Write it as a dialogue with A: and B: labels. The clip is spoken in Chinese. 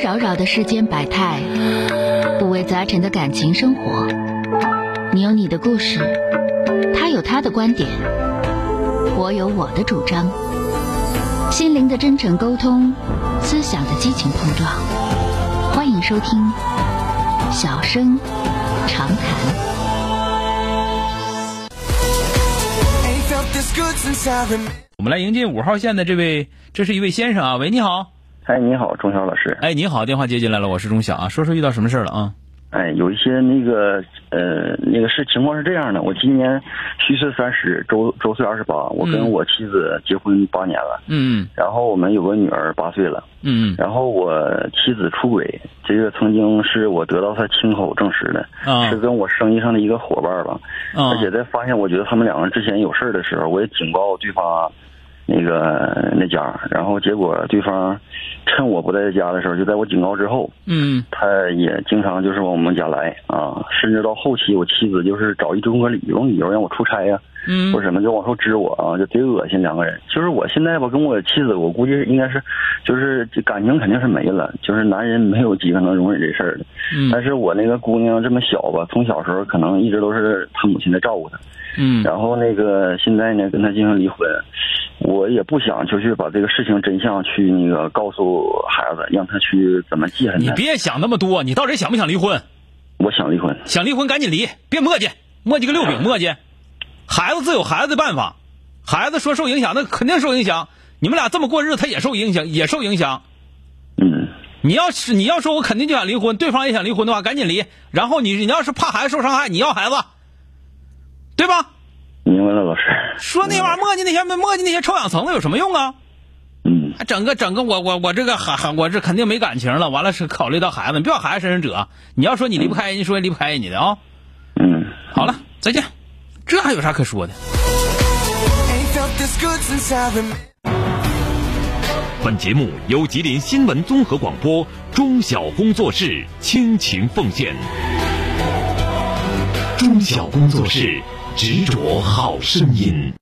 A: 扰扰的世间百态，五味杂陈的感情生活。你有你的故事，他有他的观点，我有我的主张。心灵的真诚沟通，思想的激情碰撞。欢迎收听《小声长谈》。
B: 我们来迎接五号线的这位，这是一位先生啊，喂，你好，
C: 哎，你好，钟晓老师。
B: 哎，你好，电话接进来了，我是钟晓啊，说说遇到什么事儿了啊？
C: 哎，有一些那个呃，那个是情况是这样的，我今年虚岁三十，周周岁二十八，我
B: 嗯
C: 跟我妻子结婚八年了，
B: 嗯
C: 然后我们有个女儿八岁了，
B: 嗯嗯
C: 然后我妻子出轨，这个曾经是我得到她亲口证实的，
B: 啊
C: 是跟我生意上的一个伙伴吧，
B: 啊
C: 而且在发现我觉得他们两个之前有事儿的时候，我也警告对方。那个那家，然后结果对方趁我不在家的时候，就在我警告之后，
B: 嗯
C: 他也经常就是往我们家来啊，甚至到后期我妻子就是找一种个理由理由让我出差呀、
B: 嗯
C: 或者什么就往后支我啊，就贼恶心两个人。就是我现在吧，跟我妻子，我估计应该是，就是这感情肯定是没了，就是男人没有几个能容忍这事儿的。但
B: 嗯
C: 是我那个姑娘这么小吧，从小时候可能一直都是她母亲在照顾她，
B: 嗯
C: 然后那个现在呢跟她进行离婚，我也不想就去把这个事情真相去那个告诉孩子，让他去怎么记恨
B: 你
C: 她。
B: 别想那么多，你到底想不想离婚？
C: 我想离婚。
B: 想离婚赶紧离，别磨叽，磨叽个六饼磨叽。孩子自有孩子的办法，孩子说受影响，那肯定受影响。你们俩这么过日子，他也受影响，也受影响。
C: 嗯，
B: 你要是你要说我肯定就想离婚，对方也想离婚的话，赶紧离。然后你你要是怕孩子受伤害，你要孩子，对吧？
C: 明白了，老师。
B: 说那玩意儿磨叽那些磨叽那些臭氧层子有什么用啊？
C: 嗯，
B: 啊整个整个我我我这个孩我这肯定没感情了。完了是考虑到孩子，你别往孩子身上折。你要说你离不开人家，说离不开人家的啊、
C: 嗯，
B: 好了，再见。这还有啥可说的？
D: 本节目由吉林新闻综合广播中小工作室倾情奉献。中小工作室执着好声音。